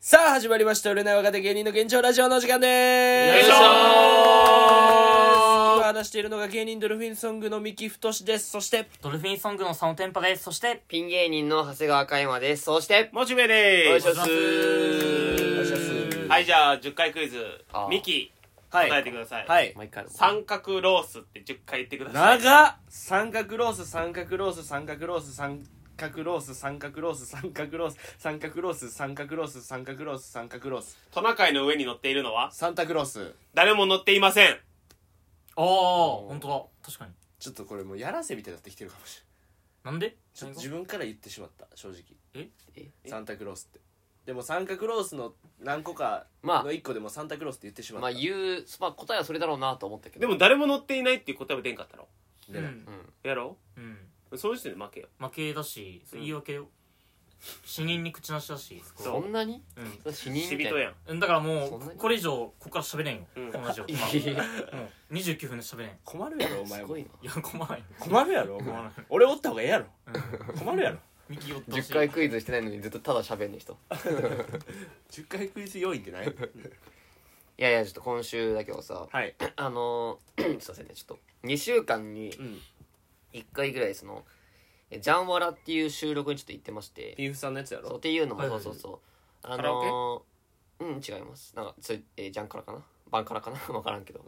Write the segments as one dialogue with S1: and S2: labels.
S1: さあ始まりました売れない若手芸人の現状ラジオのお時間でーす
S2: よいしょー
S1: 今話しているのが芸人ドルフィンソングの三木太ですそして
S2: ドルフィンソングの佐野天パです。そして、
S3: ピン芸人の長谷川嘉山です。そして、
S4: モチベでーす
S3: お願い
S1: いし
S3: し
S1: ます
S4: はいじゃあ10回クイズ
S3: あー
S4: ミキ
S1: は
S4: 答えてください、
S1: はい
S3: もう一回ある
S4: 三角ロースって10回言ってください
S1: 長っ三角ロース三角ロース三角ロース三角ロース三角ロース三角ロース三角ロース三角ロース三角ロース三角ロース
S4: トナカイの上に乗っているのは
S1: サンタクロース
S4: 誰も乗っていません
S2: ああ、ほんとだ。確かに。
S1: ちょっとこれもうやらせみたいになってきてるかもしれない
S2: なんで
S1: ちょっと自分から言ってしまった正直
S2: え
S3: え
S1: サンタクロースってでもサンタクロースの何個か
S3: まあ
S1: の一個でもサンタクロースって言ってしまった
S3: まあ言う、まあ答えはそれだろうなと思ったけ
S4: で
S3: ど。
S4: も誰も乗っていないっていう答えは出んかったろ
S2: う
S1: でも
S2: ん
S3: う。ん。
S4: やろ
S2: うん。
S4: うその時点で負けよ
S2: 負けだし、それ言い訳よ。死人に口なしだし、そこ
S3: そんなに
S2: うん
S3: 死人
S4: 死
S3: みた
S4: 人
S3: い
S4: や
S3: な。
S2: う
S4: ん
S2: ん。だからも
S3: そんな
S2: う、
S3: に
S2: これ以上、ここから喋れんよ。
S4: うん
S2: このラジオ。
S3: い
S2: ま
S3: やいや
S2: あもう29分で喋れん。い
S1: 困るやろお前
S3: す
S1: も
S3: ごいな。
S2: や、困らんよ。
S1: 困るやろお前
S2: 困らん
S1: 俺おった方がええやろ
S2: うん
S1: 困るやろ
S2: ミキ寄ってほしい
S3: 10回クイズしてないのにずっとただ喋んねえ人。
S1: 10回クイズ要因ってない
S3: いやいや、ちょっと今週だけどさ、
S1: はい
S3: あのー、すいませんね、ちょっと。2週間に
S1: うん
S3: 1回ぐらいその、えジャンワラっていう収録にちょっと行ってまして、
S1: ピンフさんのやつや
S3: そうっ
S1: ろ
S3: ていうのも
S2: はい
S3: そ
S2: は
S3: う
S2: い
S3: そうそう、あ
S4: カラ
S3: のー、うん違いますなんかつ、えージャンからかなバンからかな分からんけど、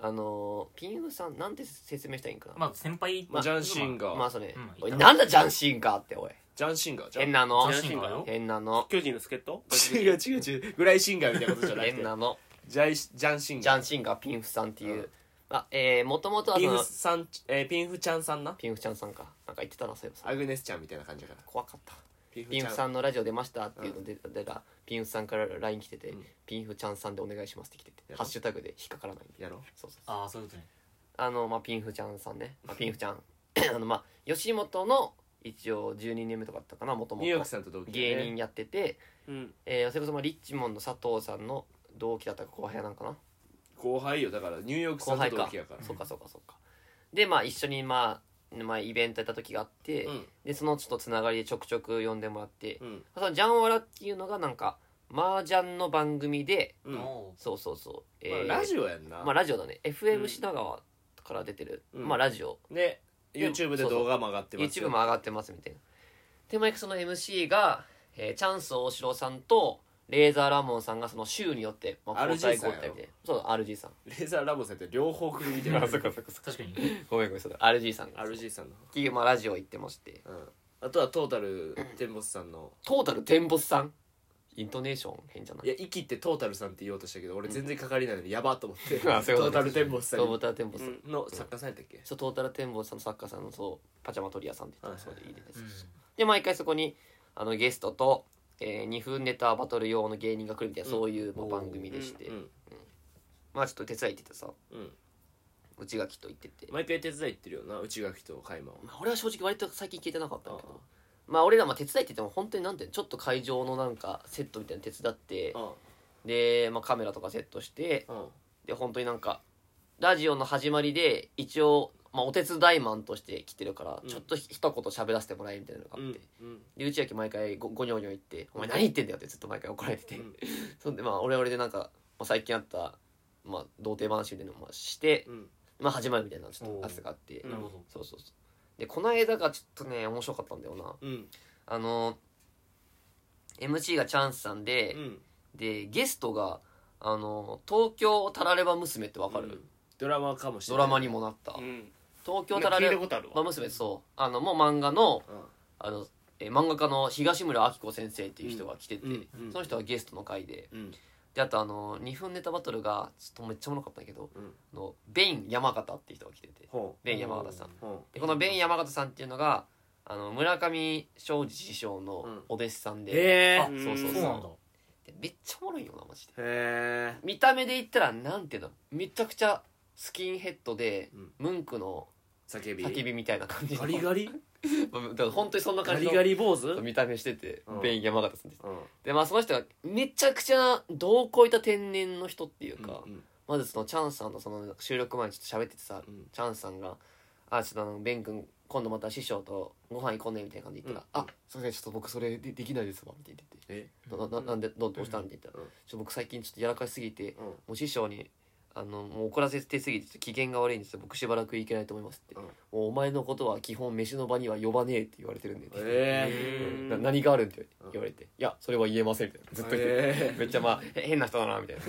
S3: あのー、ピンウさんなんて説明したらいいんかな
S2: まあ、先輩、
S3: まあ
S1: ジャンシン
S2: が。
S1: ガ
S3: ま
S1: ー
S3: あそれ、
S2: うん
S3: おいなんだジャンシンガーっておい
S1: ジャンシンガーじゃん
S3: 変なの
S2: ジャンシンガーよ
S3: 変なの
S4: 巨人の助っ人
S1: 違う違う違うぐらいシンガーみたいなことじゃなくて
S3: 変なの
S1: ジャイジャンシン
S3: ジャ
S1: ガ
S3: ン
S1: ー
S3: シンガーピンフさんっていう、
S1: うん
S3: まあえー、もともとはそ
S1: ピン
S3: の
S1: フさんえーピンフちゃんさんな
S3: ピンフちゃんさんかなんか言ってたなそういえば
S1: アグネスちゃんみたいな感じだから
S3: 怖かった
S1: ピン
S3: ピンフ
S1: ちゃ
S3: さんのラジオ出ましたっていうので、出たらピンフさんから LINE 来てて、
S1: うん
S3: ピンフちゃんさんでお願いしますって来てて
S1: やろ
S3: ハッシュタグで引っかからないんで
S1: やろ
S3: そうそうそう
S2: ああ、そういうことね。
S3: あの、まあ、ピンフちゃんさんね、まあ、ピンフちゃんあのまあ吉本の一応12年目とかだったかなもとも
S1: ニューヨーク
S3: と
S1: さんと同期だね
S3: 芸人やってて、
S4: うん
S3: えーそれこそまあリッチモンの佐藤さんの同期だったか後輩なんかな
S1: 後輩よだからニューヨークさ
S3: 後
S1: んと
S3: 輩
S1: 同
S3: か
S1: 期やから
S3: そうかそうかそうかでまあ一緒にまあ、まあ、イベントやった時があって、
S1: うん
S3: でそのちょっとつながりでちょくちょく呼んでもらって、
S1: うん
S3: そのジャンワラっていうのがなんか麻雀の番組で
S1: うんま
S2: お
S3: そうそうそう、え
S1: あ
S3: ー
S1: ラジオやんな
S3: まあラジオだね FM
S4: うん
S3: 品川から出てる、
S1: うん
S3: まあラジオ
S1: で
S3: で
S1: YouTube で動画も上がってますよ
S3: YouTube も上がってますみたいなで毎回その MC が、えーチャンス大城さんとレーザーラモンさんがその週によって、ま
S1: RG
S3: 交代
S1: さんやろ
S3: 交代でそう RG さん
S1: レーザーラボさんって両方組みたい な
S2: ー確かに。
S3: ごめんごめんそうだ RG さんが
S1: RG さんの
S3: っていう、まあ、ラジオ行ってまして
S1: うんあとはトータルテンボスさんの
S3: トータルテンボスさんイントネーション変じゃない
S1: いや息ってトータルさんって言おうとしたけど俺全然かかりないのにやばと思って、
S3: あそういう
S1: ト
S3: こ
S1: ー
S3: と
S1: タルテンボスさん
S3: トー
S1: の
S3: タルテンボスさ
S4: う
S3: ん、
S4: ん
S1: 作家さんやったっけ
S3: そうトータルテンボスさんの作家さんのそうパジャマトリアさんって言ってた
S1: はい
S3: それでいいです、
S2: うん
S3: で毎回そこにあのゲストと、え2分ネタバトル用の芸人が来るみたいな、そういう、まあ
S2: おー
S3: 番組でして、
S1: うん
S3: まあちょっと手伝いって言ってさ
S1: うん
S3: 内垣と言ってて、
S1: 毎回手伝い行ってるよな内垣と海馬を
S3: まあ、俺は正直割と最近聞いてなかったんだけ
S1: ああ
S3: どまあ俺らまあ手伝いって言っても本当になんていうのちょっと会場のなんかセットみたいなの手伝ってで、まあ、カメラとかセットして
S1: うんうん
S3: で本当になんかラジオの始まりで一応、まあ、お手伝いマンとして来てるから、
S1: うん
S3: ちょっとひ一言喋らせてもらえみたいなのがあって、
S1: うん
S3: で内訳毎回ごごにょごにょ言って「お前何言ってんだよ」ってずっと毎回怒られてて、
S1: うん
S3: そんでまあ俺は俺でなんか、まあ、最近あった、まあ、童貞話みたいなのもして、
S1: うん
S3: まあ、始まるみたいなちょっと圧があって、
S1: おー
S2: なるほど。
S3: そうそうそうでこの間がちょっとね面白かったんだよな
S1: うん
S3: あの MC がチャンスさんで、
S1: うん
S3: でゲストがあの東京タラレバ娘ってわかる、
S1: うんドラマかもしれ
S3: ド
S1: ない
S3: ラマにもなった、
S4: うん
S3: 東京タラ
S4: 聞い
S3: レ
S4: たことある
S3: バ
S4: わ
S3: 娘そうあのもう漫画の
S1: うん
S3: あのえー漫画家の東村明子先生っていう人が来てて、
S1: うんうん
S3: その人がゲストの回で
S1: うん
S3: であとあの2分ネタバトルがちょっとめっちゃおもろかったんだけど
S1: うん
S3: あのベイン山形っていう人が来てて
S1: ほ
S3: ベイン山形さん
S1: うほ
S3: でこのベイン山形さんっていうのがあの村上庄司師匠の
S1: うん
S3: お弟子さん
S1: う
S3: で、
S1: へえ
S2: あ、
S4: うん
S2: そうそうそう。そうなんだ。
S3: でめっちゃおもろいよなマジで
S1: へえ
S3: 見た目で言ったらなんていうのめちゃくちゃスキンヘッドで、
S1: うん
S3: ムンクの
S1: 叫び
S3: 叫びみたいな感じの
S1: ガリガリ
S3: だから本当にそんな
S1: ガ
S3: 感じ
S1: リ
S3: の
S1: ガリ坊主うん
S3: 見た目してて、
S1: うん
S3: ベイン山形さんです
S1: うん
S3: でまあその人がめちゃくちゃ度を超えた天然の人っていうか、
S1: うん
S3: まずそのチャンさんとその収録前にちょっと喋っててさ、
S1: うん
S3: チャンさんが「あちょっとあのベン君今度また師匠とご飯行こうねみたいな感じで言ったら「あすいませんちょっと僕それでできないですわ」みたいな言って
S1: え
S3: 「なななんでどうどうしたん?」って言ったら、
S1: うん
S3: ちょ「僕最近ちょっとやらかしすぎて、
S1: うん
S3: もう師匠にあのもう怒らせてすぎてちょっと機嫌が悪いんですよ僕しばらく行けないと思います」って、
S1: うん
S3: もうお前のことは基本飯の場には呼ばねえ」って言われてるんで、
S1: え
S4: え
S3: な何があるんって言われて「いやそれは言えません」みたいなずっと言って、
S1: え
S3: めっちゃまあへ変な人だなみたいな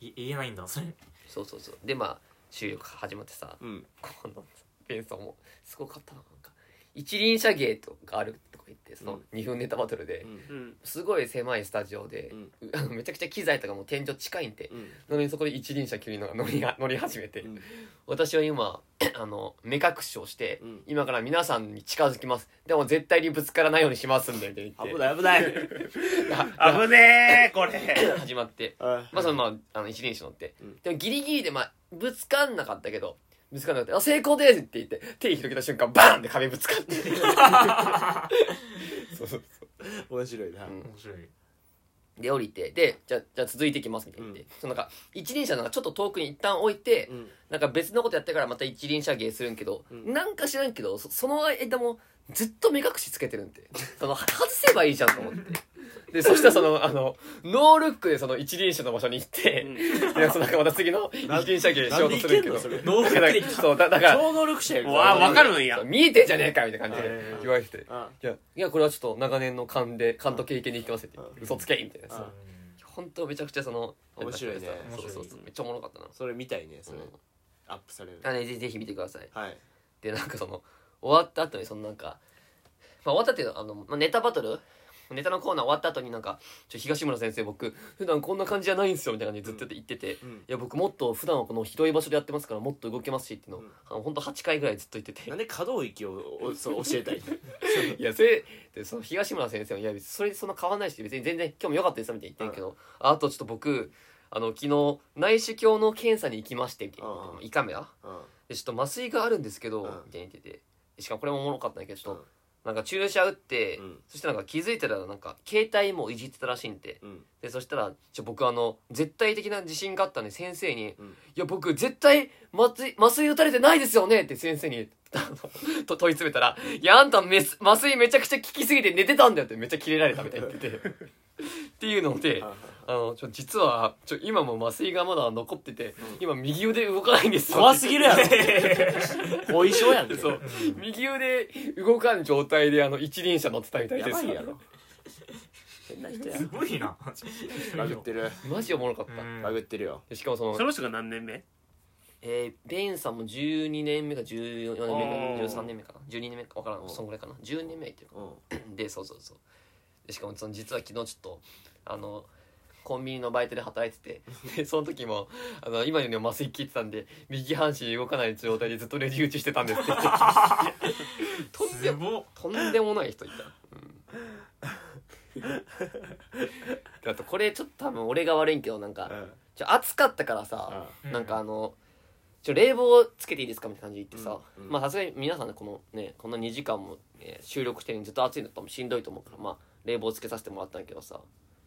S2: い言えないんだそれ
S3: そうそうそうでまあ収録始まってさ、
S1: ーうん
S3: このペンさんもすごかったななんか一輪車芸とかあるとか言ってそうの
S1: ん
S3: 2分ネタバトルで、
S1: うん
S4: うん
S3: すごい狭いスタジオで
S1: う、ん
S3: あ のめちゃくちゃ機材とかも天井近いんで、
S1: うん
S3: なのにそこで一輪車急にのが乗りが乗り始めて、
S1: うん
S3: 私は今 あの目隠しをして、
S1: うん
S3: 今から皆さんに近づきますでも絶対にぶつからないようにしますんでみたいな言
S1: 危
S3: って
S1: ない危ない
S4: 危ねえこれ
S3: 始まって
S1: あ
S3: まあそのまああの一輪車乗って、
S1: うん
S3: でもギリギリでまあぶつかんなかったけどぶつかんなかったあ成功ですって言って手広げた瞬間バーンって壁ぶつかってそうそうそ
S1: 面白いな
S3: うん
S2: 面白い、
S3: うで降りてでじゃあじゃあ続いていきますみたいな言って、そのなんか一輪車なんかちょっと遠くに一旦置いて、
S1: うん
S3: なんか別のことやってからまた一輪車芸するんけど、
S1: うん
S3: なんか知らんけどそその間もずっと目隠しつけてるんでその外せばいいじゃんと 思ってでそしたらそのあのノールックでその一輪車の場所に行って、いや、そうなんかまた次の一輪車芸しようとするけど。
S1: なんでいけん
S3: ノー ルそう、だだから、
S1: 超能力者や
S4: うわわかるん
S3: そ
S4: や
S3: う見えてんじゃねえかみたいな感じで
S1: うん
S3: 言われてて。
S1: あ
S3: いや、いや、これはちょっと長年の勘で、勘と経験でいきますって
S1: う。ん
S3: 嘘つけみたいな
S1: う
S3: さ
S1: ん。
S3: 本当めちゃくちゃその、
S1: 面白いね
S3: そうそうそう。めっちゃおもろかったな。
S1: それ見たいねそれ
S3: うん
S1: アップされる
S3: あね、ぜひぜひ見てください。
S1: はい
S3: で、なんかその、終わった後にそのなんか、まあ終わったっていうのは、あの、まあネタバトルネタのコーナー終わった後になんか、ちょ、東村先生僕、普段こんな感じじゃないんですよみたいな感じでずっと言ってて、
S1: うん
S3: いや僕もっと普段はこの広い場所でやってますからもっと動けますしっていうのを、
S1: うん
S3: あのほんと8回ぐらいずっと言ってて
S1: なんで可動域をおそう教えたい
S3: いやそれでその東村先生も「いや別にそれそんな変わんないし別に全然今日も良かったです」みたいに言ってんけど、ああとちょっと僕あの昨日内視鏡の検査に行きましてみたいな
S1: うん
S3: 胃カメラ
S1: うん
S3: でちょっと麻酔があるんですけど、
S1: うん
S3: みたいに言っててしかもこれもおもろかったんだけどちょっと、
S1: うん
S3: なんか注射打って、
S1: うん
S3: そしたらなんか気づいたらなんか携帯もいじってたらしいんで、
S1: うん
S3: でそしたらちょ僕あの絶対的な自信があったんで先生に「
S1: うん
S3: いや僕絶対麻酔麻酔打たれてないですよね」って先生にあの と問い詰めたら「いやあんためす麻酔めちゃくちゃ効きすぎて寝てたんだよ」ってめっちゃキレられたみたいに言っててっていうので
S1: あ
S3: あのちょ実はちょ今も麻酔がまだ残ってて、今右腕動かないんですよ
S1: 怖すぎるや ろ後遺症やんけ
S3: そう右腕動かん状態であの一輪車乗ってたみたい
S1: や
S3: で
S1: ば
S3: す
S1: いやろ変な人や
S2: すごいなマジ
S1: バグってる
S3: マジおもろかった、
S2: うん
S1: バグってるよ
S3: でしかもその
S4: その人が何年目
S3: えー、ベインさんも12年目か14年目か
S4: おー
S3: 13年目かな12年目か分から
S1: お
S3: ん
S1: ー
S3: そんぐらいかな12年目は言ってるか
S1: うん
S3: でそうそうそうでしかもその実は昨日ちょっとあのコンビニのバイトで働いててでその時もあの今よりも麻酔切ってたんで右半身動かない状態でずっとレジ打ちしてたんですってとんです
S2: ごっ
S3: とんでもない人いた、うん、あとこれちょっと多分俺が悪いんけどなんか
S1: うん
S3: ちょ暑かったからさ、
S1: あ
S2: な
S3: なんかあの、ちょ冷房つけていいですかみたいな感じで言ってさ、
S1: うんうん
S3: まあさすがに皆さんねこのねこの2時間も、えー収録してるのにずっと暑いのともしんどいと思うからまあ冷房つけさせてもらったんだけどさ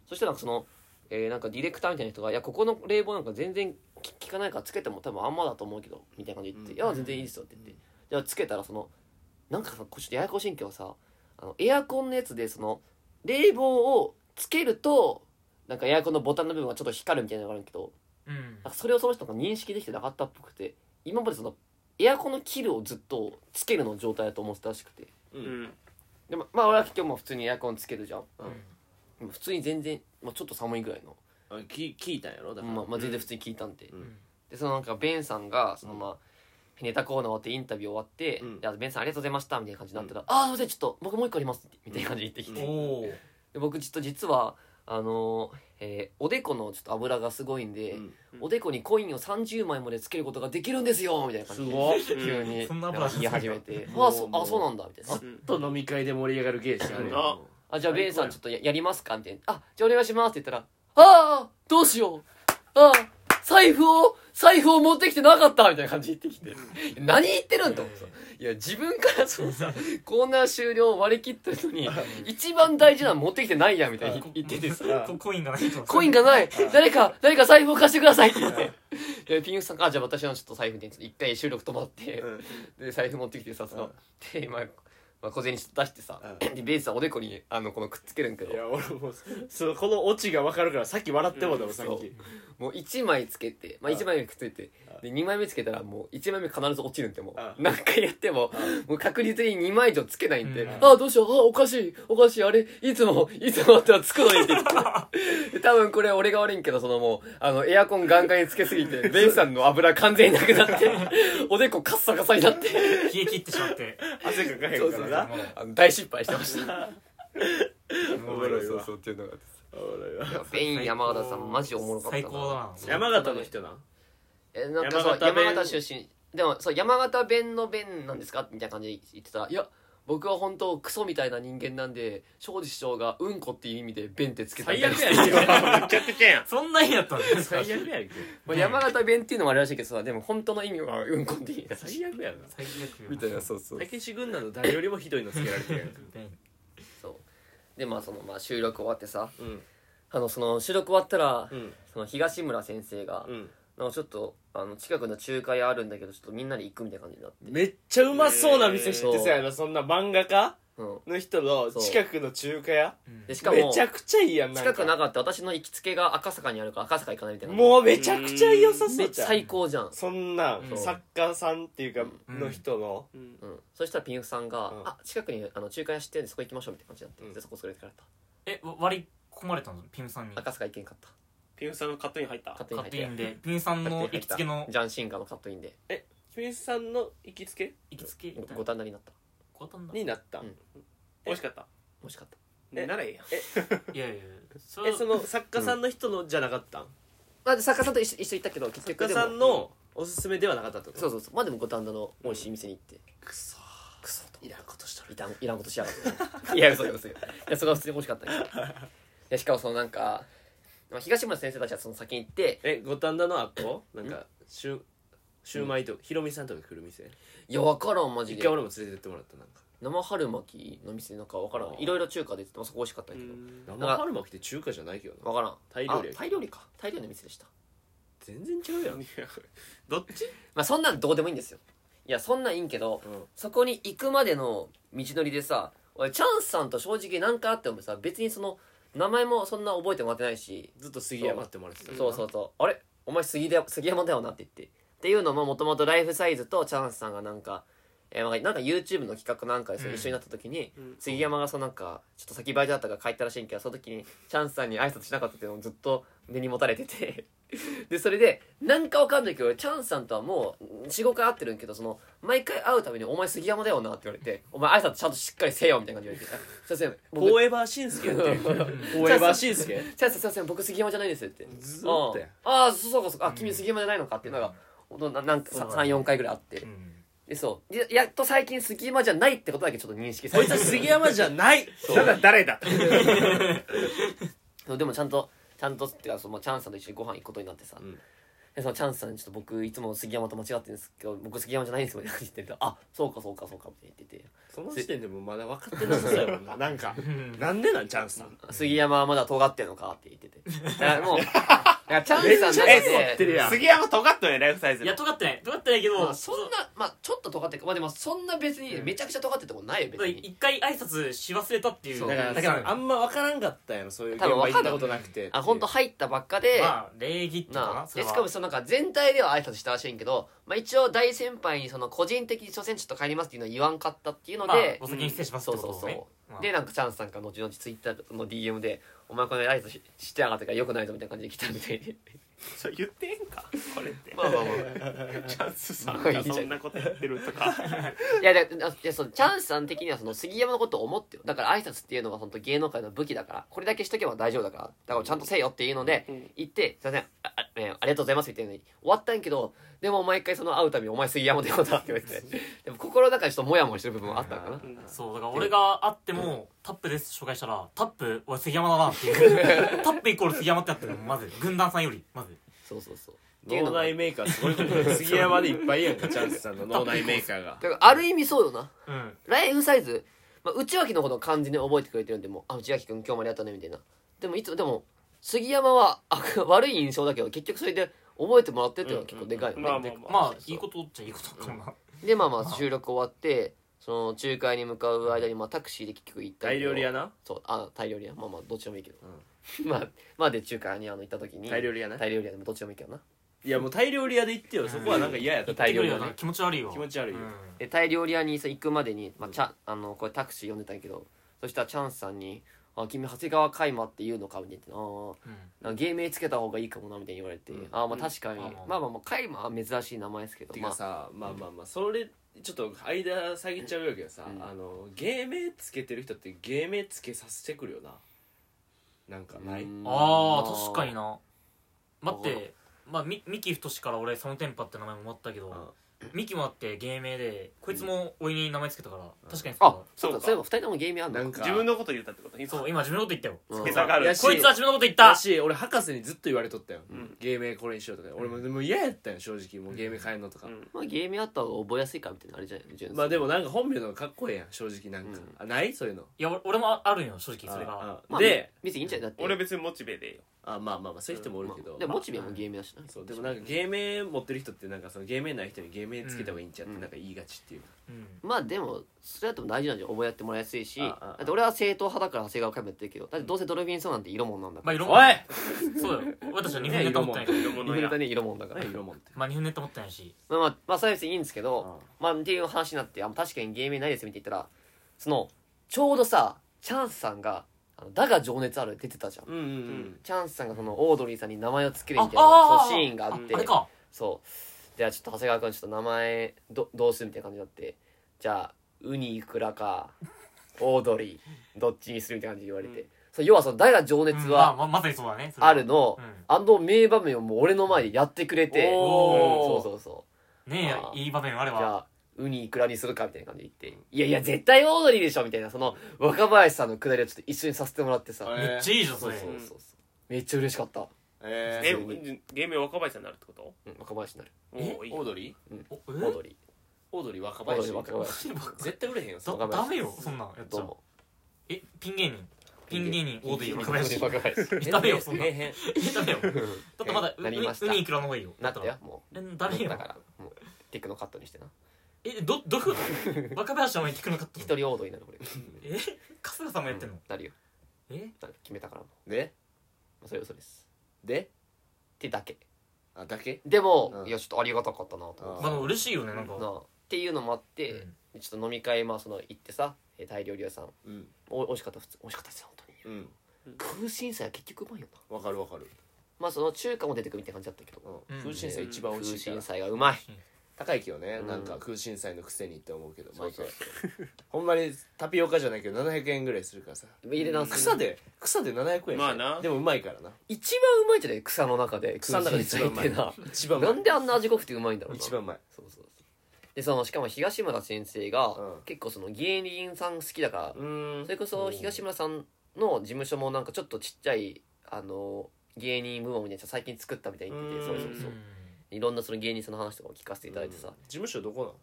S3: そしたらなんかその、えーなんかディレクターみたいな人が「いやここの冷房なんか全然き効かないからつけても多分あんまだと思うけど」みたいな感じで言って「
S1: うん
S3: いや全然いいですよ」って言って、じゃあつけたらそのなんかさこれちょっとややこしいんけどさあのエアコンのやつでその冷房をつけるとなんかエアコンのボタンの部分がちょっと光るみたいなのがあるけど
S2: うん
S3: なんかそれをその人が認識できてなかったっぽくて今までそのエアコンのキルをずっとつけるの状態だと思ってたらしくて
S1: う
S4: うんん
S3: でもまあ俺は今日も普通にエアコンつけるじゃん
S1: うん
S3: でも普通に全然、まあ、ちょっと寒いぐらいの、
S1: あ聞聞いたんやろだから
S3: まあ、まあ全然普通に聞いたんで、
S1: うん
S3: でそのなんかベンさんがそのまあネタコーナー終わってインタビュー終わって「
S1: うん
S3: いやベンさんありがとうございました」みたいな感じになったら「ああすいませんちょっと僕もう一個あります」みたいな感じで言ってきて、
S2: おおー
S3: で僕ちょっと実はあのーえーおでこのちょっと油がすごいんで、
S1: うん
S3: おでこにコインを30枚までつけることができるんですよみたいな感じ
S1: す
S3: で
S1: ごっ
S3: 急に
S2: そんな
S3: なん
S2: 話
S3: か言い始めて「
S1: もう
S3: あそ
S1: もう
S3: あそうなんだ」みたいな
S4: うん
S1: と飲み会で盛り上がる芸者ある
S4: あ
S1: よ
S3: 「あじゃあベン
S4: 最高
S3: さん
S4: や
S3: ちょっとややりますか」みたいな「あじゃあお願いします」って言ったら「ああどうしようああ財布を、財布を持ってきてなかったみたいな感じで言ってきて。何言ってるんと思ってさ。いや、自分からそのさ、コーナー終了割り切ってるのに、一番大事なの持ってきてないやんみたいに言っててさ。
S2: ココインがないと
S3: コインがない誰か、誰か財布を貸してくださいって言って。で、ピンクさんが、あじゃあ私のちょっと財布で、ちょっと一回収録止まって、
S1: うん
S3: で、財布持ってきてさ、その、で、まあ、まあ、小銭ちょっと出してさ、
S1: う
S3: で、ベイスさんおでこに、あの、このくっつけるんけ
S1: い
S3: ど、
S1: や俺もうそうこのオチが分かるからさっき笑ってもだもんさっ
S3: そう
S1: き
S3: もう1枚つけて、まあ
S1: うん
S3: 1枚目くっついて
S1: う、ん
S3: で、2枚目つけたらもう1枚目必ず落ちるんで、も
S1: う
S3: う、
S1: ん
S3: 何回やっても、もう確実に2枚以上つけないんで、
S2: うん
S3: ああ、どうしよう、ああ、おかしい、おかしい、あれ、いつも、いつもあってはつくのにっ て言って。で多分これ俺が悪いんけど、そのもう、あの、エアコンガンガンにつけすぎて、ベンさんの油完全になく なって、おでこカッサカサになって、
S2: 冷え切ってしまって
S1: 汗かかへ
S3: そ
S1: ん
S3: う
S1: か
S3: そ
S1: ら
S3: うそう
S1: な
S3: あの大失敗してました。
S1: おもろい
S3: そう
S1: わ
S3: そうっていうのがあって
S1: おもろいわ
S3: さ。ベイン山形さん、マジおもろかったな。
S2: 最高だな
S4: 山形の人なん
S3: えなんかそう
S4: 山形
S3: 山
S4: 弁
S3: 形出身でもそう山形弁の弁なんですかみたいな感じで言ってたらいや僕は本当クソみたいな人間なんで庄司師匠がうんこっていう意味で弁ってつけたみ
S4: 最
S3: たい
S4: 悪
S3: な
S4: やんけめちゃくちゃやん
S2: そんな意味だったんですか
S4: 最悪やんけ
S3: まあ山形弁っていうのもあるらしいけどさでも本当の意味はうんこって意味だし
S4: 最悪やな
S2: 最悪よ
S3: みたいなそうそう
S1: たけし軍団の誰よりもひどいのつけられてるやん
S3: そうでまあそのまあ収録終わってさ
S1: うん
S3: あのその収録終わったら
S1: うん
S3: その東村先生が
S1: うん
S3: なんかちょっとあの近くの中華屋あるんだけどちょっとみんなで行くみたいな感じになって
S1: めっちゃうまそうな店知ってそうやなそんな漫画家
S3: うん
S1: の人の近くの中華屋
S3: でしかも
S1: めちゃくちゃいいやんなんか
S3: 近くなかった私の行きつけが赤坂にあるから赤坂行かないみたいな感じ
S1: もうめちゃくちゃ良さそ
S3: め
S1: うじゃん
S3: 最高じゃん、
S1: そんなん
S2: そう
S1: 作家さんっていうか
S2: うん
S1: の人の
S4: うん
S3: うん、そしたらピンクさんが
S1: う
S3: 「
S1: ん
S3: あ近くにあの中華屋知ってるんでそこ行きましょう」みたいな感じになって、
S1: うん
S3: でそこ連れてかれた
S2: えわ割り込まれたのピンさんに
S3: 赤坂行けんかった
S4: ピンクさんのカットイン入った
S3: カットイン
S2: カ
S3: 入
S2: ッ
S3: っ
S2: トイン
S3: て
S2: でピンさんの
S3: カットイン入
S2: 行
S3: った
S2: きつけの
S3: ジャンシンガーのカットインで
S1: 清水さんの行きつけ
S2: 行きつけみたい
S3: 五
S2: な
S3: 反田になった
S2: 五反田
S1: になった
S3: うん
S4: 美味しかった
S3: 美味しかった
S1: え
S4: ねならええやん
S2: いやいやいやそれ
S1: えその作家さんの人のじゃなかったん
S3: まあで作家さんと一緒一緒行ったけど結
S1: 作
S3: 局
S1: 家
S3: で
S1: さ
S3: も
S1: んのおすすめではなかったってこと
S3: そうそうそうまあでも五反田の美味しい店に行って、
S1: くそ
S3: クソと
S1: いらんことしとる
S3: いらんいらんことしやが っていや嘘よ嘘よいやそこは普通に美味しかったけどいやしかもそのなんかまあ東村先生たちはその先に行って
S1: え五反田のあっこなんかしゅシューマイとかひろみさんとか来る店
S3: いや分からんマジ
S1: 一
S3: で
S1: 回俺も連れてってもらったなんか
S3: 生春巻きの店なんか分からんいろいろ中華で言ってまあそこ美味しかったけど
S1: 生春巻きって中華じゃないけどな
S3: 分からん
S1: タイ料理
S3: あタイ料理かタイ料理の店でした
S1: 全然違うやん
S4: いや どっち
S3: まあそんなんどうでもいいんですよいやそんなんいいんけどそこに行くまでの道のりでさ俺チャンスさんと正直何回会ってもさ別にその名前もそんな覚えてもらってないし、
S1: ずっと杉山ってもらってた
S3: そうそうそうあれお前杉だ杉山だよなって言ってっていうのももともとライフサイズとチャンスさんがなんかえーまあなんか YouTube の企画なんかでさ
S2: うん
S3: 一緒になった時に、
S4: うん
S3: 杉山がそのなんかちょっと先バイトだったから帰ったらしいんけどその時にチャンスさんに挨拶しなかったっていうのをずっと根に持たれてて でそれでなんかわかんないけど俺チャンスさんとはもう45回会ってるんけどその毎回会うたびに「お前杉山だよな」って言われて「お前挨拶ちゃんとしっかりせよ」みたいな感じで言われて「すいません
S1: フォ
S3: 僕
S1: ーエバーシンスケやってる フォーエバーシンス ケ
S3: チャンスさんすいません僕杉山じゃないです」って
S1: ずーっとや
S3: ああそうそうかそうかあ君杉山じゃないのかっていうのが、ほんとななんか
S2: そうだね
S3: 34回ぐらいあって
S2: うん
S3: でそうでやっと最近杉山じゃないってことだけちょっと認識さ
S1: こ
S3: れ
S1: い
S3: て
S1: つ杉山じゃない
S4: ただ誰だ
S3: そうでもちゃんとちゃんとっていうかそのチャンスさんと一緒にご飯行くことになってさ、
S1: うん
S3: でそのチャンスさんにちょっと僕いつも杉山と間違ってるんですけど僕杉山じゃないんですよって言ってるとあそうかそうかそうかって言ってて
S1: その時点でもうまだ分かってなさそうやもん ななんか
S2: うん
S1: なんでなんチャンスさん
S3: 杉山はまだ尖ってんのかって言ってて だからもうだからチャンスさんだ
S1: めっ
S3: け
S1: ちゃ尖ってる
S3: で
S1: やん
S4: 杉山とがっとんねライフサイズ
S2: いや尖ってない尖ってないけ
S3: ま
S2: ど
S3: あそんなまあちょっと尖ってるまあでもそんな別にめちゃくちゃ尖ってるとこないよ別
S2: だから
S3: に
S2: 一回挨拶し忘れたっていう
S3: そう
S1: だから
S2: だけなの
S1: さあんま分からんかったやろそういう現
S3: 多
S1: 場
S3: 分
S1: 行
S3: 分か
S1: っ
S3: んな
S1: た
S3: い
S1: ことなくて
S3: あ本当入ったばっかで、
S2: まあ礼儀っていうのか
S3: な
S2: な
S3: あ
S2: そ
S3: で
S2: れは
S3: しかもそのなんか全体では挨拶したらしいんけど、まあ、一応大先輩にその個人的に所詮ちょっと帰りますっていうのは言わんかったっていうの
S2: まあ
S3: で、
S2: お先に失礼します
S3: そ
S2: っ
S3: う
S2: てこ
S3: そ
S2: と
S3: うそう
S2: ね、まあ
S3: でなんかチャンスさんから後々ツイッターの DM で「お前この間挨拶ししてやがったからよくないぞ」みたいな感じで来たみたいで
S4: そう言ってえんかこれって
S3: まあまあまあ
S4: チャンスさんがそんなことやってると か
S3: いやであいやそのチャンスさん的にはその杉山のことを思ってよだから挨拶っていうのは本当芸能界の武器だからこれだけしとけば大丈夫だからだからちゃんとせよっていうので、
S4: うん
S3: 行って「すいませんああ,、えーありがとうございます」みたいなのに終わったんやけどでも毎回その会うたび「お前杉山だよな」って言われてでも心の中でちょっとモヤモヤしてる部分はあったのかな
S4: うん
S2: そうだから俺が会っても「タップです」紹介したら「タップ 俺杉山だな」っていうタップイコール杉山ってなってるもんまず軍団さんよりまず
S3: そうそうそういう
S1: 脳
S3: のが
S1: 内メーカーすごいこと だよ杉山でいっぱいやんかチャンスさんの脳内メーカーが
S3: だからある意味そうよな
S2: うん
S3: ライフサイズ、まあ、内脇のことを完全に覚えてくれてるんでもうあ内脇君今日までやったねみたいなでもいつもでも杉山はあ 悪い印象だけど結局それで覚えてもらってっていうのは結構でかいよね、
S4: まあまあまあ
S2: まあいいことっちゃいいことかな
S3: でまあま
S2: ま
S3: あ
S2: あ
S3: 収録終わってその仲介に向かう間にまあタクシーで結局行ったんだ
S1: 大
S3: けど
S1: 料理屋な
S3: そうあタイ料理屋まあまあどっちでもいいけど、 まあまあで中華にあの行った時に
S1: タイ料理屋な
S3: タイ料理屋でもどっちでもいいけどない
S1: やもう大料理屋で行ってよそこはなんか嫌やった
S3: 大量にね
S2: 言ってくれよな気持ち悪いよ
S1: 気持ち悪いよ
S2: うん
S3: でタイ料理屋にさ行くまでに、まあ、ちゃあのこれタクシー呼んでたんやけどそしたらチャンスさんに「あ君長谷川海馬って言うのか」みたいな「あー
S2: うん
S3: なんか芸名つけた方がいいかもな」みたいに言われて
S1: う
S3: 「
S1: ん
S3: あーまあ確かに、
S2: うん
S3: まあまあまあ海馬は珍しい名前ですけど
S1: て
S3: ま
S1: か
S3: あ
S1: さまあまあまあそれちょっと間下げちゃうやけどさ、
S3: うん
S1: あの芸名つけてる人って芸名つけさせてくるよななんかない、
S3: うん
S2: あ
S3: ま
S2: ー確かにな待ってまあみ三木太から俺その天パって名前もらったけ
S1: うん
S2: ど三木もあって芸名でこいつもおいに名前つけたから確かに
S3: あ
S2: そ
S3: そ
S4: そ
S3: う
S4: う
S3: か
S4: か
S3: そういえば2人とも芸名あんの
S1: なん
S3: か
S1: か
S4: 自分のこと言ったってこと
S2: うそう今自分のこと言ったよ
S3: うん
S4: つけたがる
S1: やし
S2: こいつは自分のこと言った
S1: だし俺博士にずっと言われとったよ、
S4: うん
S1: 芸名これにしようとか俺もでも嫌やったよ正直もう芸名変えんのとか、
S4: うん
S3: まあ芸名あった方が覚えやすいかみたいなのあれじゃない純粋に
S1: まあでもなんか本名の方がかっこええやん正直なんか、
S3: うん
S1: あないそういうの
S2: いや俺俺もああるんよ正直それが
S1: ああ
S3: まあ
S1: で
S3: 別にいいんじゃないだって
S4: 俺別にモチベでいいよ
S1: あまあまあまあそういう人もおるけど、
S3: まあでもモチベも芸名だしな
S1: そうでもなんか芸名持ってる人ってなんかその芸名ない人に芸名つけた方がいいんちゃうって
S3: うん
S1: なんか言いがちっていうか、
S2: うん
S3: まあでもそれだと大事なんじゃん覚えてもらいやすいし
S1: あああ
S3: だって俺は正統派だから長谷川海馬やってるけどだってどうせドルフィンソーなんて色もんなんだ
S2: ま
S3: か
S2: あ
S3: ら
S2: 色も
S1: おい
S2: そうよ俺たちは日本ネタ持ってないから
S4: 色物
S3: 色
S4: や
S3: 々ね色もんだから
S1: 何色もんって
S2: まあ日本ネタ持ってないし
S3: まあまあ、まあ、それは別にいいんですけど、
S1: あ
S3: まあ、っていう話になって、あ確かに芸名ないですみたいに言ったら、その、ちょうどさ、チャンスさんが、あのだが情熱ある出てたじゃん。
S1: うんうんうん、
S3: チャンスさんがその、オードリーさんに名前をつけるみたい
S2: あ
S3: な、
S2: あ
S3: そうシーンがあって
S2: ああれ、か
S3: そう。ではちょっと長谷川君、ちょっと名前ど、どうするみたいな感じになって、じゃあ、ウニイクラか、オードリー、どっちにするみたいな感じで言われて、
S4: う
S3: そう要はその、だが情熱
S2: うんまあま
S3: は
S2: まさにそうだねそれは
S3: あるの、
S2: うん
S3: あの名場面をもう俺の前でやってくれて、
S1: おー
S3: うんそうそうそう。
S2: ね
S3: ああ
S2: えいい場面あれ
S3: じゃ
S2: ば
S3: あウニいくらにするかみたいな感じで言って「いやいや絶対オードリーでしょ」みたいなその若林さんのくだりをちょっと一緒にさせてもらってさ、
S1: え
S2: めっちゃいいじゃん
S3: そ
S2: そうれ
S3: そうそうそうめっちゃ嬉しかった、
S1: え
S4: え
S1: ー、
S4: 芸名若林さんになるってこと
S3: うん、若林になる
S2: え
S4: おーいい
S1: オードリー
S2: お
S3: オ
S2: え
S3: ードリ
S1: オードリー若
S3: ーオード
S1: 林
S3: リー若林
S1: 絶対売れへんよそ
S2: だ
S3: 若
S2: ダ
S3: 林
S2: メよそんなんやっち
S3: ど
S2: ゃ
S3: う
S2: う
S3: も
S2: えピン芸人ピン芸人オードリー若
S3: オ
S2: 林
S3: ードリー若 林
S2: ダメよそんなん
S1: 変変
S2: ダメよだってまだウ
S3: なりました
S2: ウニいくらの方がいいよ
S3: なったよも
S2: えダ
S3: う
S2: メよ
S3: だからもうテクのカットにしてな
S2: えどどういうこと 若林の前に聞くのかって
S3: 一人オードリーになるこれ
S2: え春日さんもやってんの
S3: なるよ
S2: え
S3: なる決めたからも
S1: で
S3: うそれは嘘です
S1: で
S3: ってだけ
S1: あだけ
S3: でも、
S1: うん
S3: いやちょっとありがたかったなと思って
S2: まあでも嬉しいよねなんか
S3: なあっていうのもあって、
S2: うん
S3: でちょっと飲み会まあその行ってさえータイ料理屋さん
S1: うん
S3: お美味しかった普通美味しかったですよ本当に
S1: うん
S3: 空心菜は結局うまいよな
S1: わかるわかる、
S3: まあその中華も出てくるみたいな感じだったけど
S1: うん
S2: うん
S1: 空心菜一番美味しいか
S3: 空
S1: ら
S3: 心菜がうまい
S1: 高いけどね、
S3: うん
S1: なんか空心菜のくせにって思うけど
S3: そう
S1: 毎
S3: そ
S1: 回
S3: う
S1: ほんまにタピオカじゃないけど700円ぐらいするからさ
S3: 入れ直す
S1: 草で草で700円
S4: まあな
S1: でもうまいからな
S3: 一番うまいんじゃない草の中で
S1: 草の中で一番うまい
S3: 空心菜って
S1: 一番う
S3: な
S1: ま
S3: ないんであんな味濃くてうまいんだろうな
S1: 一番うまい
S3: そうそうそうでそのしかも東村先生が
S1: うん
S3: 結構その芸人さん好きだから、
S1: うん
S3: それこそ東村さんの事務所もなんかちょっとちっちゃいあの芸人部門みたいなの最近作ったみたいに言っててそううんそうそう
S2: うん
S3: いろんなその芸人さんの話とかを聞かせていただいてさ
S1: うん、事務所どこなの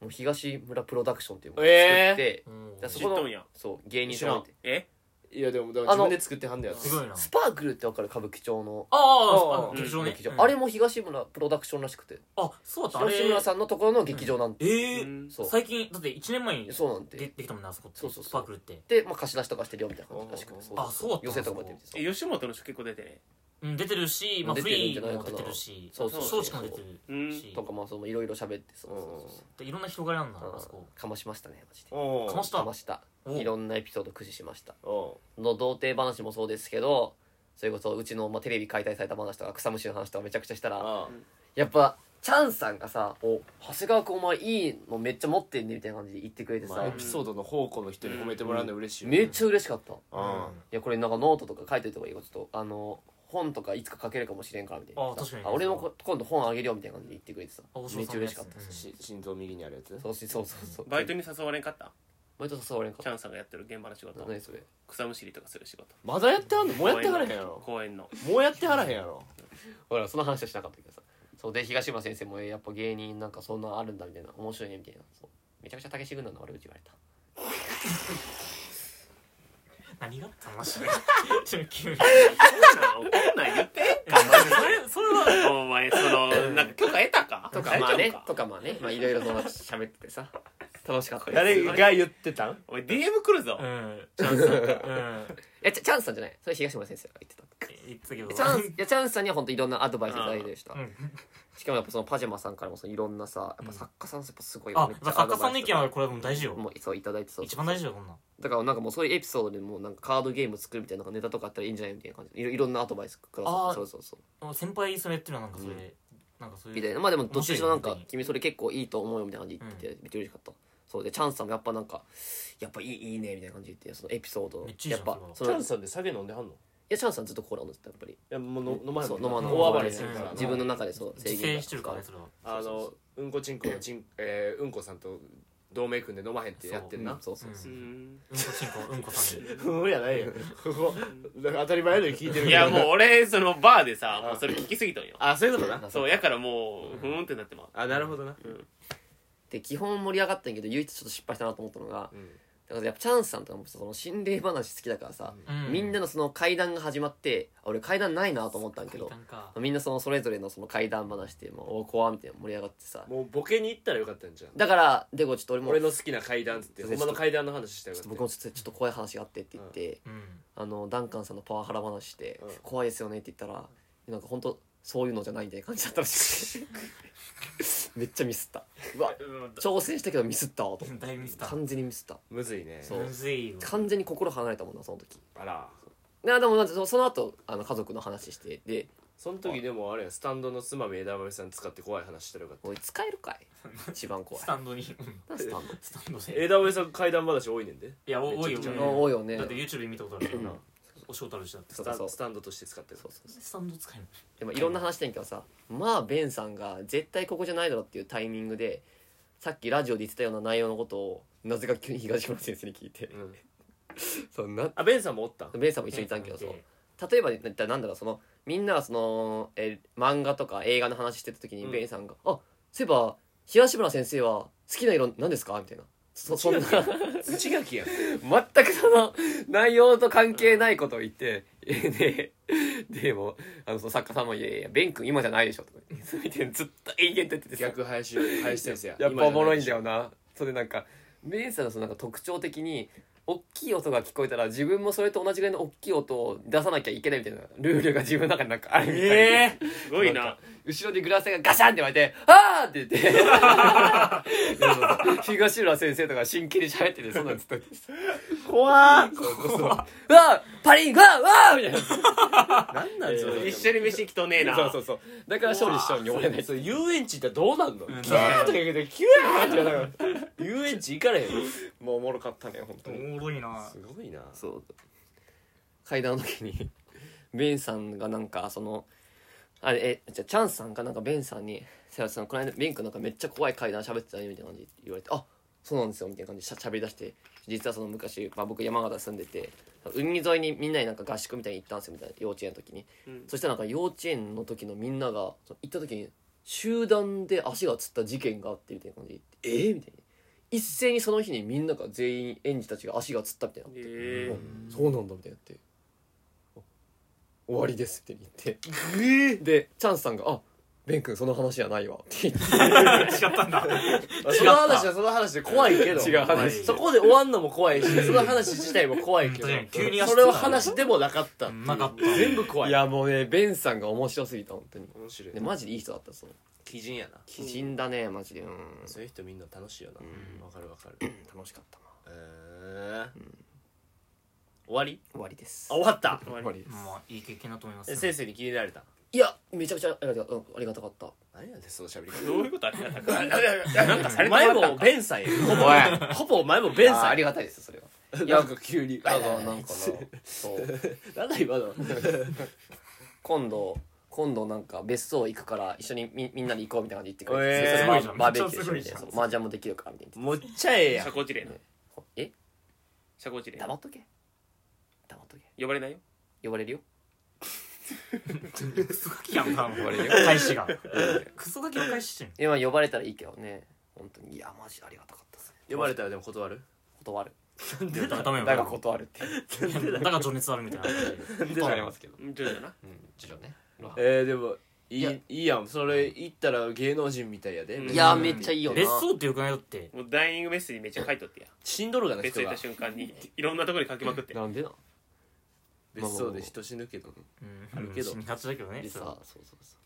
S3: もう東村プロダクションっていうのを作
S1: えー
S3: って、
S2: うん
S3: じゃあそ
S4: 知
S3: こ
S4: っと
S3: の
S4: んや
S3: そう芸人さんがいて
S4: え
S1: いやでもだから
S3: あの
S1: 自分で作ってはんだよ
S2: すごいな
S3: スパークルってわかる歌舞伎町の
S2: ああ
S1: う
S2: あ
S1: ん
S2: 劇場ね
S3: 劇場、
S2: うん
S3: あれも東村プロダクションらしくて
S2: あそうだったあれ
S3: 東村さんのところの劇場なんて、
S2: ええ
S4: うん
S3: そう
S2: 最近だって1年前に
S3: そうなん
S2: で
S3: て
S2: できたもんねあそこって
S3: そうそうそう
S2: スパークルって
S3: で、まあ、貸し出しとかしてるよみたいな感じらしくて
S1: あ
S2: あそうだった
S3: 寄せとかもやってみてさ
S4: え吉本の人結構出てね
S2: うん出てるしまあ
S3: 出
S2: フ
S3: てるん
S2: リ
S3: じゃ
S2: ー
S3: ないか
S2: も
S3: な
S2: 出てるし
S3: そう
S4: そう
S2: 松竹も出て
S4: う
S2: る
S4: ん
S2: し
S3: とかまあそのいろいろ喋ってそう
S1: う
S3: そ
S1: ん
S3: うそうそ
S2: でいろんな広がりあるんだ
S3: う
S2: なあそ
S3: うん
S2: こ
S3: かましましたねマジで
S1: お
S2: かま
S1: し
S2: した
S3: かました
S2: お
S3: いろんなエピソード駆使しました
S1: お
S3: の童貞話もそうですけどそれこそうちの、まあ、テレビ解体された話とか草むしの話とかめちゃくちゃしたら
S1: あ
S3: やっぱチャンさんがさ「お長谷川君お前いいのめっちゃ持ってんね」みたいな感じで言ってくれてさ、
S1: まあエピソードの宝庫の人に褒めてもらうの嬉しいよね
S3: めっちゃ嬉しかった、い
S1: あ
S3: やこれなんかノートとか書いといた方がいいよちょっとあの本とかいつか書けるかもしれんからみたいな
S2: あ確かに
S3: 俺もこ今度本あげるよみたいな感じで言ってくれてさ
S2: あ大城さんの
S3: めっちゃ嬉しかった、
S2: やつ
S1: し心臓右にあるやつ
S3: そうしそうそうそう
S4: バイト
S3: に
S4: に誘われんかった
S3: バイト誘われんかっ
S4: チャンさんがやってる現場の仕
S3: た
S4: 事
S3: 何それ
S4: 草むしりとかする仕事
S1: まだやってはんのもうやってはらへんやろ
S4: 公園の
S1: もうやってはらへんやろ
S3: ほらその話はしなかったけどさそうで東村先生もえやっぱ芸人なんかそんなんあるんだみたいな面白いねみたいなそうめちゃくちゃ武志軍団の悪口言われた
S2: 何があったのちょっと 急に
S4: こんなんこんなん言って
S2: それそれは
S4: お前そのなんか許可得たか
S3: とかまあ
S4: 大
S3: ね
S4: 丈夫
S3: とかまあねまあいろいろその喋っててさ 楽しかったです
S1: 誰
S3: い
S1: が言ってたん
S4: お前 DM 来るぞ
S2: うんチャンスだったうん
S3: やチャチャンスさんじゃないそれ東村先生が言ってた
S2: 言ってたけど
S3: チャンスいやチャンスさんには本当いろんなアドバイスいただいてました
S2: うん
S3: しかもやっぱそのパジャマさんからもそのいろんなさやっぱ作家さんやっぱすごい
S2: あ
S3: めっちゃア
S2: 作
S3: ド
S2: 家さ
S3: バ
S2: んの
S3: イ
S2: 意
S3: ス
S2: 見はこれはもう大事よ
S3: もうそういただいてそう
S2: 一番大事よこんなん
S3: だからなんかもうそういうエピソードでもうなんかカードゲーム作るみたいななんかネタとかあったらいいんじゃないみたいな感じでいろいろんなアドバイスくださっ
S2: あ
S3: て
S2: ー
S3: そうそうそう
S2: 先輩それやってるのなんかそれなんかそういう
S3: みたいなまあでもどっちにしろなん
S2: 面
S3: か
S2: 白いね
S3: 君それ結構いいと思うよみたいな感じで言っててめっちゃ嬉しかったそうでチャンスさんもやっぱなんかやっぱいいいいねみたいな感じで言ってそのエピソード
S2: めっちゃいいじ
S3: や
S2: ゃ
S3: っ
S2: ん
S3: ぱ
S2: そ
S3: そ
S1: チャ
S3: のい
S1: ンスさんで酒飲んではんのい
S3: やチャンスさんずっとコーラ飲んでたやっぱり
S1: やもうの飲まへん
S3: そ
S1: も
S3: うん飲まない
S1: 大暴れするから
S2: うん
S3: 自分の中でそう
S2: 自
S3: が
S2: 制してるからねそれは
S1: あのうんこちんこの ちん、えー、うんこさんと同盟組んで飲まへんってやってんな
S3: そうそうそう
S2: う
S4: うん
S2: うん
S4: ん
S2: こちんこうんこさん で
S1: そうやないよここなんか当たり前のように聞いてるけど
S4: いやもう俺そのバーでさ
S1: あ
S4: もうそれ聞きすぎとん よ
S1: あそういうことな
S4: そうやからもうふーんってなってまう
S1: あなるほどな、
S3: で基本盛り上がったんやけど唯一ちょっと失敗したなと思ったのが
S1: うん
S3: だからやっぱチャンスさんとかもその心霊話好きだからさみんな
S2: の
S3: のその会談が始まってあ俺会談ないなと思ったんやけどみんなそのそれぞれのその会談話でもうおー怖っみたいな盛り上がってさ
S1: もうボケに行ったらよかったんじゃん
S3: だからでこちょっと俺も
S1: 俺の好きな階段っつって
S3: そう
S1: ほんまの階段の話したよかっ
S3: ちょったと僕もちょっとちょっと怖い話があってって言って、
S2: うん
S3: あのダンカンさんのパワハラ話して、
S1: うん
S3: 怖いですよねって言ったらなんか本当そういうのじゃないみたいな感じだったらしくてめっちゃミスったうわ挑戦したけどミスったわと思って
S2: 大ミスター
S3: 完全にミスった
S1: むずいね
S3: そう
S2: むずいよ
S3: 完全に心離れたもんなその時
S1: あら
S3: なでもまずそその後あの家族の話してで
S1: その時でもあれやスタンドのつまみ枝豆さん使って怖い話したらよかっ
S3: 「
S1: た
S3: おい使えるかい一番怖 い
S2: ス」タンドにうん
S3: なんでスタンド
S2: スタンドで
S1: 枝豆さん階段話多いねんで
S2: いや多いよ
S1: めちゃく
S3: ちゃ多いよね
S2: だって YouTube で見たことあるけどな
S3: うん
S2: お仕事あるしだって
S3: そ
S1: ス
S3: うそう
S1: タ
S3: そう
S1: スタンドとして使ってる
S3: そうそうそう
S2: スタンド使える
S3: でもいろんな話してんけどさまあベンさんが絶対ここじゃないだろっていうタイミングでさっきラジオで言ってたような内容のことをなぜか急に東村先生に聞いて
S1: うん
S3: そうな
S1: あベンさんもおったん
S3: ベンさんも一緒にいたんけどそう例えばだったらなんだろうそのみんながそのえ漫画とか映画の話してた時に
S1: うん
S3: ベンさんが「あそういえば東村先生は好きな色何ですか?」みたいなそそんな
S1: 土垣やん
S3: 全くその内容と関係ないことを言って、 ででもあのその作家さんも「いやいやいやベン君今じゃないでしょ」とか言ってそれでずっと永遠と言っててさ
S1: 逆林林先生や
S3: やっぱおもろいんだ
S1: よ
S3: よなそれなんかメイさんのそのなんか特徴的に大きい音が聞こえたら自分もそれと同じぐらいの大きい音を出さなきゃいけないみたいなルールが自分の中になんかあるみたいで、
S2: ええ
S4: すごいな
S3: 後ろでグラスがガシャンって 割れて「あー!」って言って東浦先生とか真剣に喋っててそんなんずっと
S1: 怖っ
S3: 「うわーパリングわーわー!」みたい な
S1: なんなんそれ
S4: 一緒に飯来とねえな
S3: そうそうそうだから勝利しちゃうに俺ない
S1: そう遊園地行ったらどうなんの
S2: ん
S1: キューとか言うけどキューって言わなかった遊園地行かれへん
S3: もうおもろかったね本当
S2: おもろいな
S1: すごいな
S3: そう階段の時にベンさんがなんかそのあれえじゃあチャンスさんがなんかベンさんに「せやさんこの間ベン君なんかめっちゃ怖い階段喋ってたね」みたいな感じで言われて「あそうなんですよ」みたいな感じでしゃ喋り出して実はその昔、まあ、僕山形住んでて海沿いにみんなになんか合宿みたいに行ったんですよみたいな幼稚園の時に、
S4: うん
S3: そしたらなんか幼稚園の時のみんながその行った時に集団で足がつった事件があってみたいな感じで「えーみたいな一斉にその日にみんなが全員園児たちが足がつったみたいな
S4: ええ
S3: そうなんだみたいなってあ終わりですって言って、でチャンスさんが「あベン君その話じゃないわ」って言って
S2: 違ったんだ
S1: その話はその話で怖いけど
S3: 違う話
S1: そこで終わんのも怖いしその話自体も怖いけど
S2: うん急にやつ
S1: それは話でもなかったっていう
S2: なかった
S1: 全部怖い
S3: やもうねベンさんが面白すぎた本当に
S1: 面白い
S3: でマジでいい人だったその
S1: 基人やな
S3: 鬼人だねマジでうん
S1: そういう人みんな楽しいよなわかるわかる
S3: 楽しかったな
S1: えー終わり
S3: 終わりです
S1: あ終わった
S4: 終わり
S3: り
S2: まあいい経験だと思います
S1: え先生に気になれた
S3: いやめちゃくちゃありがた,、うん、ありがたかった
S1: 何やねんその喋り方
S4: どういうことありがたか
S1: なんか
S4: されてな
S1: 前
S4: かった
S1: もベンさんやほぼ
S3: お
S1: ほぼお前もベン
S3: あ
S1: さ
S3: あ
S1: ん
S3: り
S1: や
S3: がたいですよそれは
S1: なんか急に
S3: だからなんかなそう
S1: なんだ今の
S3: 今度今度なんか別荘行くから一緒にみみんなで行こうみたいな感じで言ってくれて、
S1: えー
S3: それ
S2: すごいじゃん
S3: バーベキューしよう
S2: め
S3: み
S2: っち
S3: た
S2: ゃすごいじゃ
S3: いな
S2: ん
S3: そう麻雀もできるからみたいな
S1: もっちゃええや
S4: 社
S1: ん
S4: 交辞令な
S3: え
S4: 社交辞令
S3: 黙っとけ黙っとけ
S4: 呼ばれないよ
S3: 呼ばれるよ
S2: クソガキやんかもう
S3: 終わりよ
S2: 返し がクソガキを返してん
S3: でまあ呼ばれたらいいけどね本当にいやマジありがたかったっす
S1: 呼ばれたらでも断る
S3: 断る
S2: だからダメよ
S3: だが断るって
S2: だから情熱あるみたいな
S3: 断りますけど
S4: 徐々な
S3: うん次女ね
S1: えー、でもいい
S3: いや
S1: いいやんそれ行ったら芸能人みたいやで
S4: うん
S3: いや
S4: う
S3: ー
S4: ん
S3: めっちゃいいよな
S2: 別荘ってよくないよって
S4: もうダイイングメッセージめっちゃ書いとってや
S1: 死んどるがな
S4: 別
S1: 人
S4: 荘行っ
S1: が
S4: た瞬間にいろんなところに書きまくって
S3: なんでなん
S1: 別荘で人死ぬけどね
S2: うん
S1: あるけど
S2: 死にがちだけどね
S3: でさ
S2: それは
S3: そうそうそ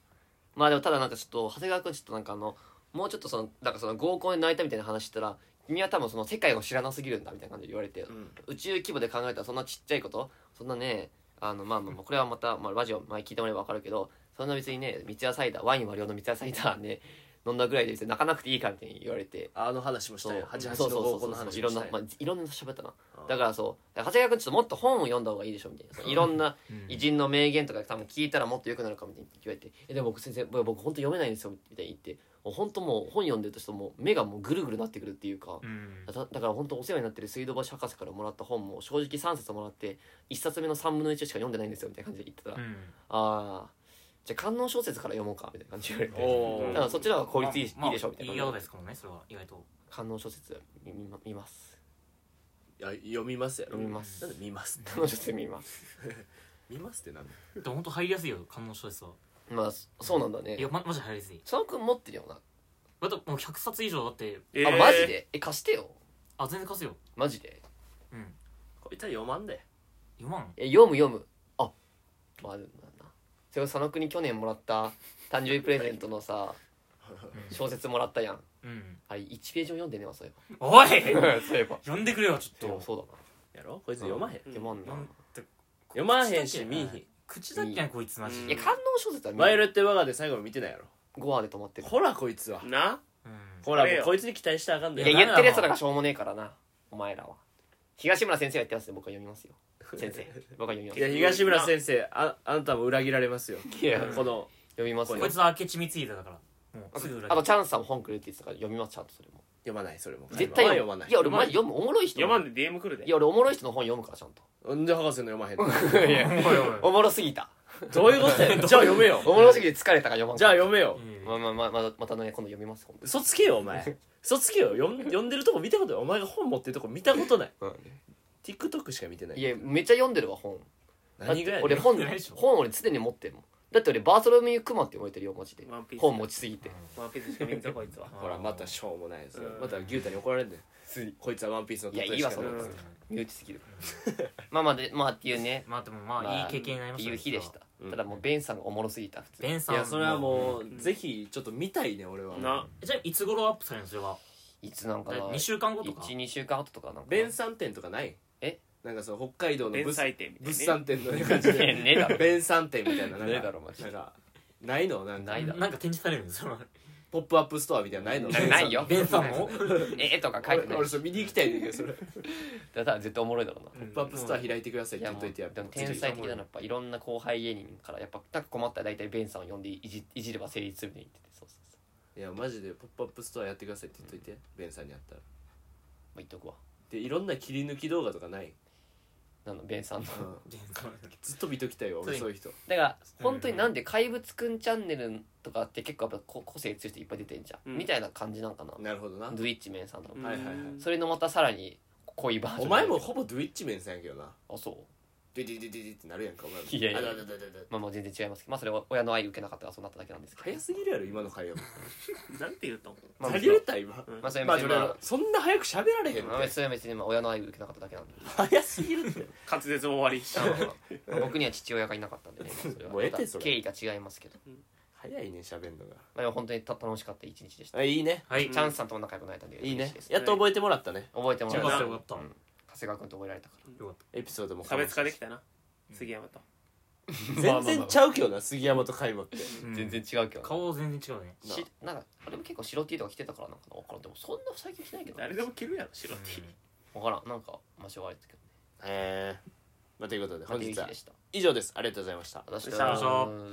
S3: うまあでもただなんかちょっと長谷川君ちょっとなんかあのもうちょっとそのなんかその合コンで泣いたみたいな話したら君は多分その世界を知らなすぎるんだみたいな感じで言われて、
S1: ん
S3: 宇宙規模で考えたらそんなちっちゃいことそんなねあのまあまあまあこれはまた、まあ、ラジオ前聞いてもらえば分かるけどそんな別にね三ツ矢サイダーワイン割り用の三ツ矢サイダーね飲んだぐらいで別に泣かなくていいからみたいに言われて
S1: あの話もしたよ
S3: そう
S1: 88
S3: そう
S1: の
S3: そう
S1: 合コ
S3: そう
S1: ンの
S3: そう
S1: 話
S3: い
S1: も
S3: ろ
S1: し
S3: ん
S1: た
S3: な、
S1: よ
S3: まあ、いろんな喋ったな
S1: うん
S3: だからそう長谷川君ちょっともっと本を読んだ方がいいでしょみたいなそのいろんな
S2: うん
S3: 偉人の名言とか多分聞いたらもっと良くなるかみたいに言われて「えでも僕先生僕僕本当読めないんですよ」みたいに言ってもう本当もう本読んでるとちょっともう目がもうぐるぐるなってくるっていうか、
S2: うん
S3: だだから本当お世話になってる水道橋博士からもらった本も正直3冊もらって1冊目の3分の1しか読んでないんですよみたいな感じで言ってたら
S2: う
S3: 「
S2: ん
S3: ああじゃあ観音小説から読もうか」みたいな感じで言われて。
S1: お
S4: う
S1: ー
S3: だ
S4: ん
S3: からそっちの方が効率いい,、
S2: まあ
S3: いいでしょみたい
S2: いい
S3: な
S2: アドバイスかもねそれは意外と
S3: 観音小説見見ま見ます
S1: いや読みますやろ
S3: 読みます
S1: なんで見ますって
S3: 観音小説見ます
S1: 見ますってなんだ
S2: でも本当入りやすいよ観音小説は
S3: まあそそうなんだね
S2: いやまマジ入りやすい
S3: 佐野くん持ってるよな、
S2: またもう100冊以上だって
S4: え
S3: あ
S4: ー
S3: マジでえ貸してよ
S2: あ全然貸すよ
S3: マジで
S2: うん
S1: こいつは読まんで
S2: 4万
S3: え読む読むあまああるんだなそれを佐野くんに去年もらった誕生日プレゼントのさ小説もらったやん
S2: うん
S3: あれ1ページも読んでねえわそうい
S2: おい
S3: えばそういえば
S2: 呼んでくれよち
S3: で
S2: ょ
S3: も
S2: っと
S3: そうだ
S1: や
S3: な
S1: ろこいつ読まへん
S4: うん
S3: 読まんな、
S2: なんて
S1: 読まへんし見えへん
S2: 口だっけやんこいつマジ
S4: うん
S3: いや観音小説は
S1: バイオレ
S3: る
S1: ット・ワガで最後も見てないやろ
S3: 5話で止まってる
S1: ほらこいつは
S4: な
S2: うん
S1: ほら
S4: これ
S1: もう
S4: よ
S1: こいつに期待したらあかん
S3: い
S1: だ
S3: や
S1: よ
S2: いや
S3: 言ってるやつらがしょうもねえからなお前らは東村先生が言ってますね僕は読みますよ先生僕は読みま
S1: い
S3: す
S1: や東村先生ああなたも裏切られますよ
S3: いや
S1: この
S3: 読みます
S2: こい
S3: よ
S2: つは明智光秀だからもうすぐ裏切
S3: あ
S2: る
S3: とチャンスさんも本くれって言ってたから読みますちゃんとそれも
S1: 読まないそれも
S3: 絶対
S1: 読まない
S3: いや俺マジ読むおもろい人
S4: 読まんで DM 来るで
S3: いや俺おもろい人の本読むからちゃんと
S1: なんで博士の読まへんの
S3: いや
S2: おいおい
S3: おもろすぎた
S1: どういうこと やじゃあ読めよ
S3: おもろすぎて疲れたから読まん
S1: じゃあ読めよ
S2: いやいや
S3: まあまあまあまたまたね今度読みます本
S1: 嘘つけよお前嘘つけよ読ん読んでるとこ見たことないお前が本持ってるとこ見たことない
S3: 当
S1: TikTok しか見てないい
S3: やめっちゃ読んでるわ本
S1: 何が
S3: だ
S1: やね
S3: って俺
S1: ん
S2: 読
S3: 本
S2: んでないでしょ
S3: 本俺常に持ってるもんだって俺バーソロミュークマって呼ばれてるよマジで
S4: ワンピース
S3: 本持ちすぎて
S4: ワンピースしか見んぞこいつは
S1: ほらまたしょうもないですよ
S4: うん
S1: また牛太に怒られんねんこいつはワンピースの
S3: いや
S1: 例え
S3: いいわ
S1: しか
S3: そ
S1: な
S3: の
S4: うん
S3: 身内すぎるまあまあでまあっていうね
S2: まあでもまあいい経験になりました
S3: いい日でした
S1: うん
S3: ただもうベンさんがおもろすぎた普通
S2: ベンさ
S1: い
S2: ん
S1: やそれはもう
S4: ん
S1: ぜひちょっと見たいね俺は
S4: な
S2: じゃあいつ頃アップされるのそれはい
S3: つなんかな
S2: 2週間後とか
S3: 12週間後とかなんか
S1: 弁産店とかない
S3: え
S1: なんかその北海道の
S4: 連
S1: 物産
S4: 載店みたい
S1: 物
S4: なね
S1: 産店の感じ
S3: いや
S1: で
S3: ねえだろ
S1: 弁産店みたいななんか
S3: ねえだろマジで
S1: なんかないのなんか
S3: ないだろ
S2: なんか展示されるんですよ
S1: ポップアップストアみたいなのないの
S3: なないよ
S2: ベンさん も
S3: 絵とか書
S1: 俺
S3: いてない
S1: 俺それ見に行きたいんだけどそれ
S3: だから絶対おもろいだろうな
S1: ポップアップストア開いてください
S3: い
S1: って言っ
S3: やも
S1: と
S3: う
S1: いてやっ
S3: で
S1: ぱ
S3: も天才的なのはやっぱいろんな後輩芸人からやっぱなんか困ったら大体ベンさんを呼んでいじいじれば成立するみたいに言っててそうそうそう
S1: いやマジでポップアップストアやってくださいって言っといてベンさんに会ったら
S3: まあ言っとくわ
S1: でいろんな切り抜き動画とかない
S3: なのベンさんの
S1: うん
S2: ベンさん
S1: ずっと見ときたいわ俺
S3: そ
S1: そうういう人
S3: だから本当になんで怪物くんチャンネルとかって結構やっぱこ個性強い人いっぱい出てんじゃん、
S4: うん
S3: みたいな感じなんかな、
S1: なるほどな
S3: ドゥイッチメンさんとか、
S4: うん
S1: はいはいはい
S3: それのまたさらに濃いバージョン
S1: お前もほぼドゥイッチメンさんやけどな
S3: あそう
S1: ドゥイドゥイドゥイドゥイドゥイってなるやんかお前も
S3: いやいや
S1: あだだだだだ
S3: まあまあ全然違いますけどまあそれは親の愛受けなかったからそうなっただけなんですけ
S1: 早
S3: ど
S1: すぎるやろ今の会話も
S4: なんて言うと思う
S3: まあ
S1: 下げれた今
S4: うん
S3: まあそれ
S1: ま
S3: は
S1: あ
S3: 別
S1: それ
S3: にまあ、
S1: はそんな早く喋られへん
S3: まあ
S1: って
S3: それは別にまあ親の愛受けなかっただけなんで
S1: 早すぎるって
S4: 滑舌も悪いし
S3: まあまあまあ僕には父親がいなかったんでね、まあそれは
S1: もう得て
S3: また
S1: それ
S3: 経緯が違いますけど、
S1: 早いね喋んのが
S3: まあ、でも本当にた楽しかった一日でした、
S1: あいいね
S2: はい
S3: チャンスさんとも仲良くなれたんで
S1: いい
S3: 嬉し
S1: ね
S3: です
S1: やっと覚えてもらったね
S3: 覚えてもら
S2: よ
S3: え
S2: かったたよかった
S3: うん長谷川君と覚えられたか
S2: よかった
S1: エピソードも
S4: 差別化できたな杉山と
S1: 全然ちゃうけどな杉山と海馬 って
S2: う
S3: ら
S2: ん
S3: 然違うけど
S2: 顔全然違うね
S3: しなんかあれも結構白 T とか着てたからなんかな分からんでもそんな最近着ないけど
S4: 誰でも着るやろ白 T
S3: 分からんなんか間違われてたけどね
S1: ええまあということで
S3: まあ
S1: 本日
S3: いい
S1: は
S3: 日でした
S1: 以上ですありがとうございました
S3: 私
S4: ありが
S2: とうございま
S3: は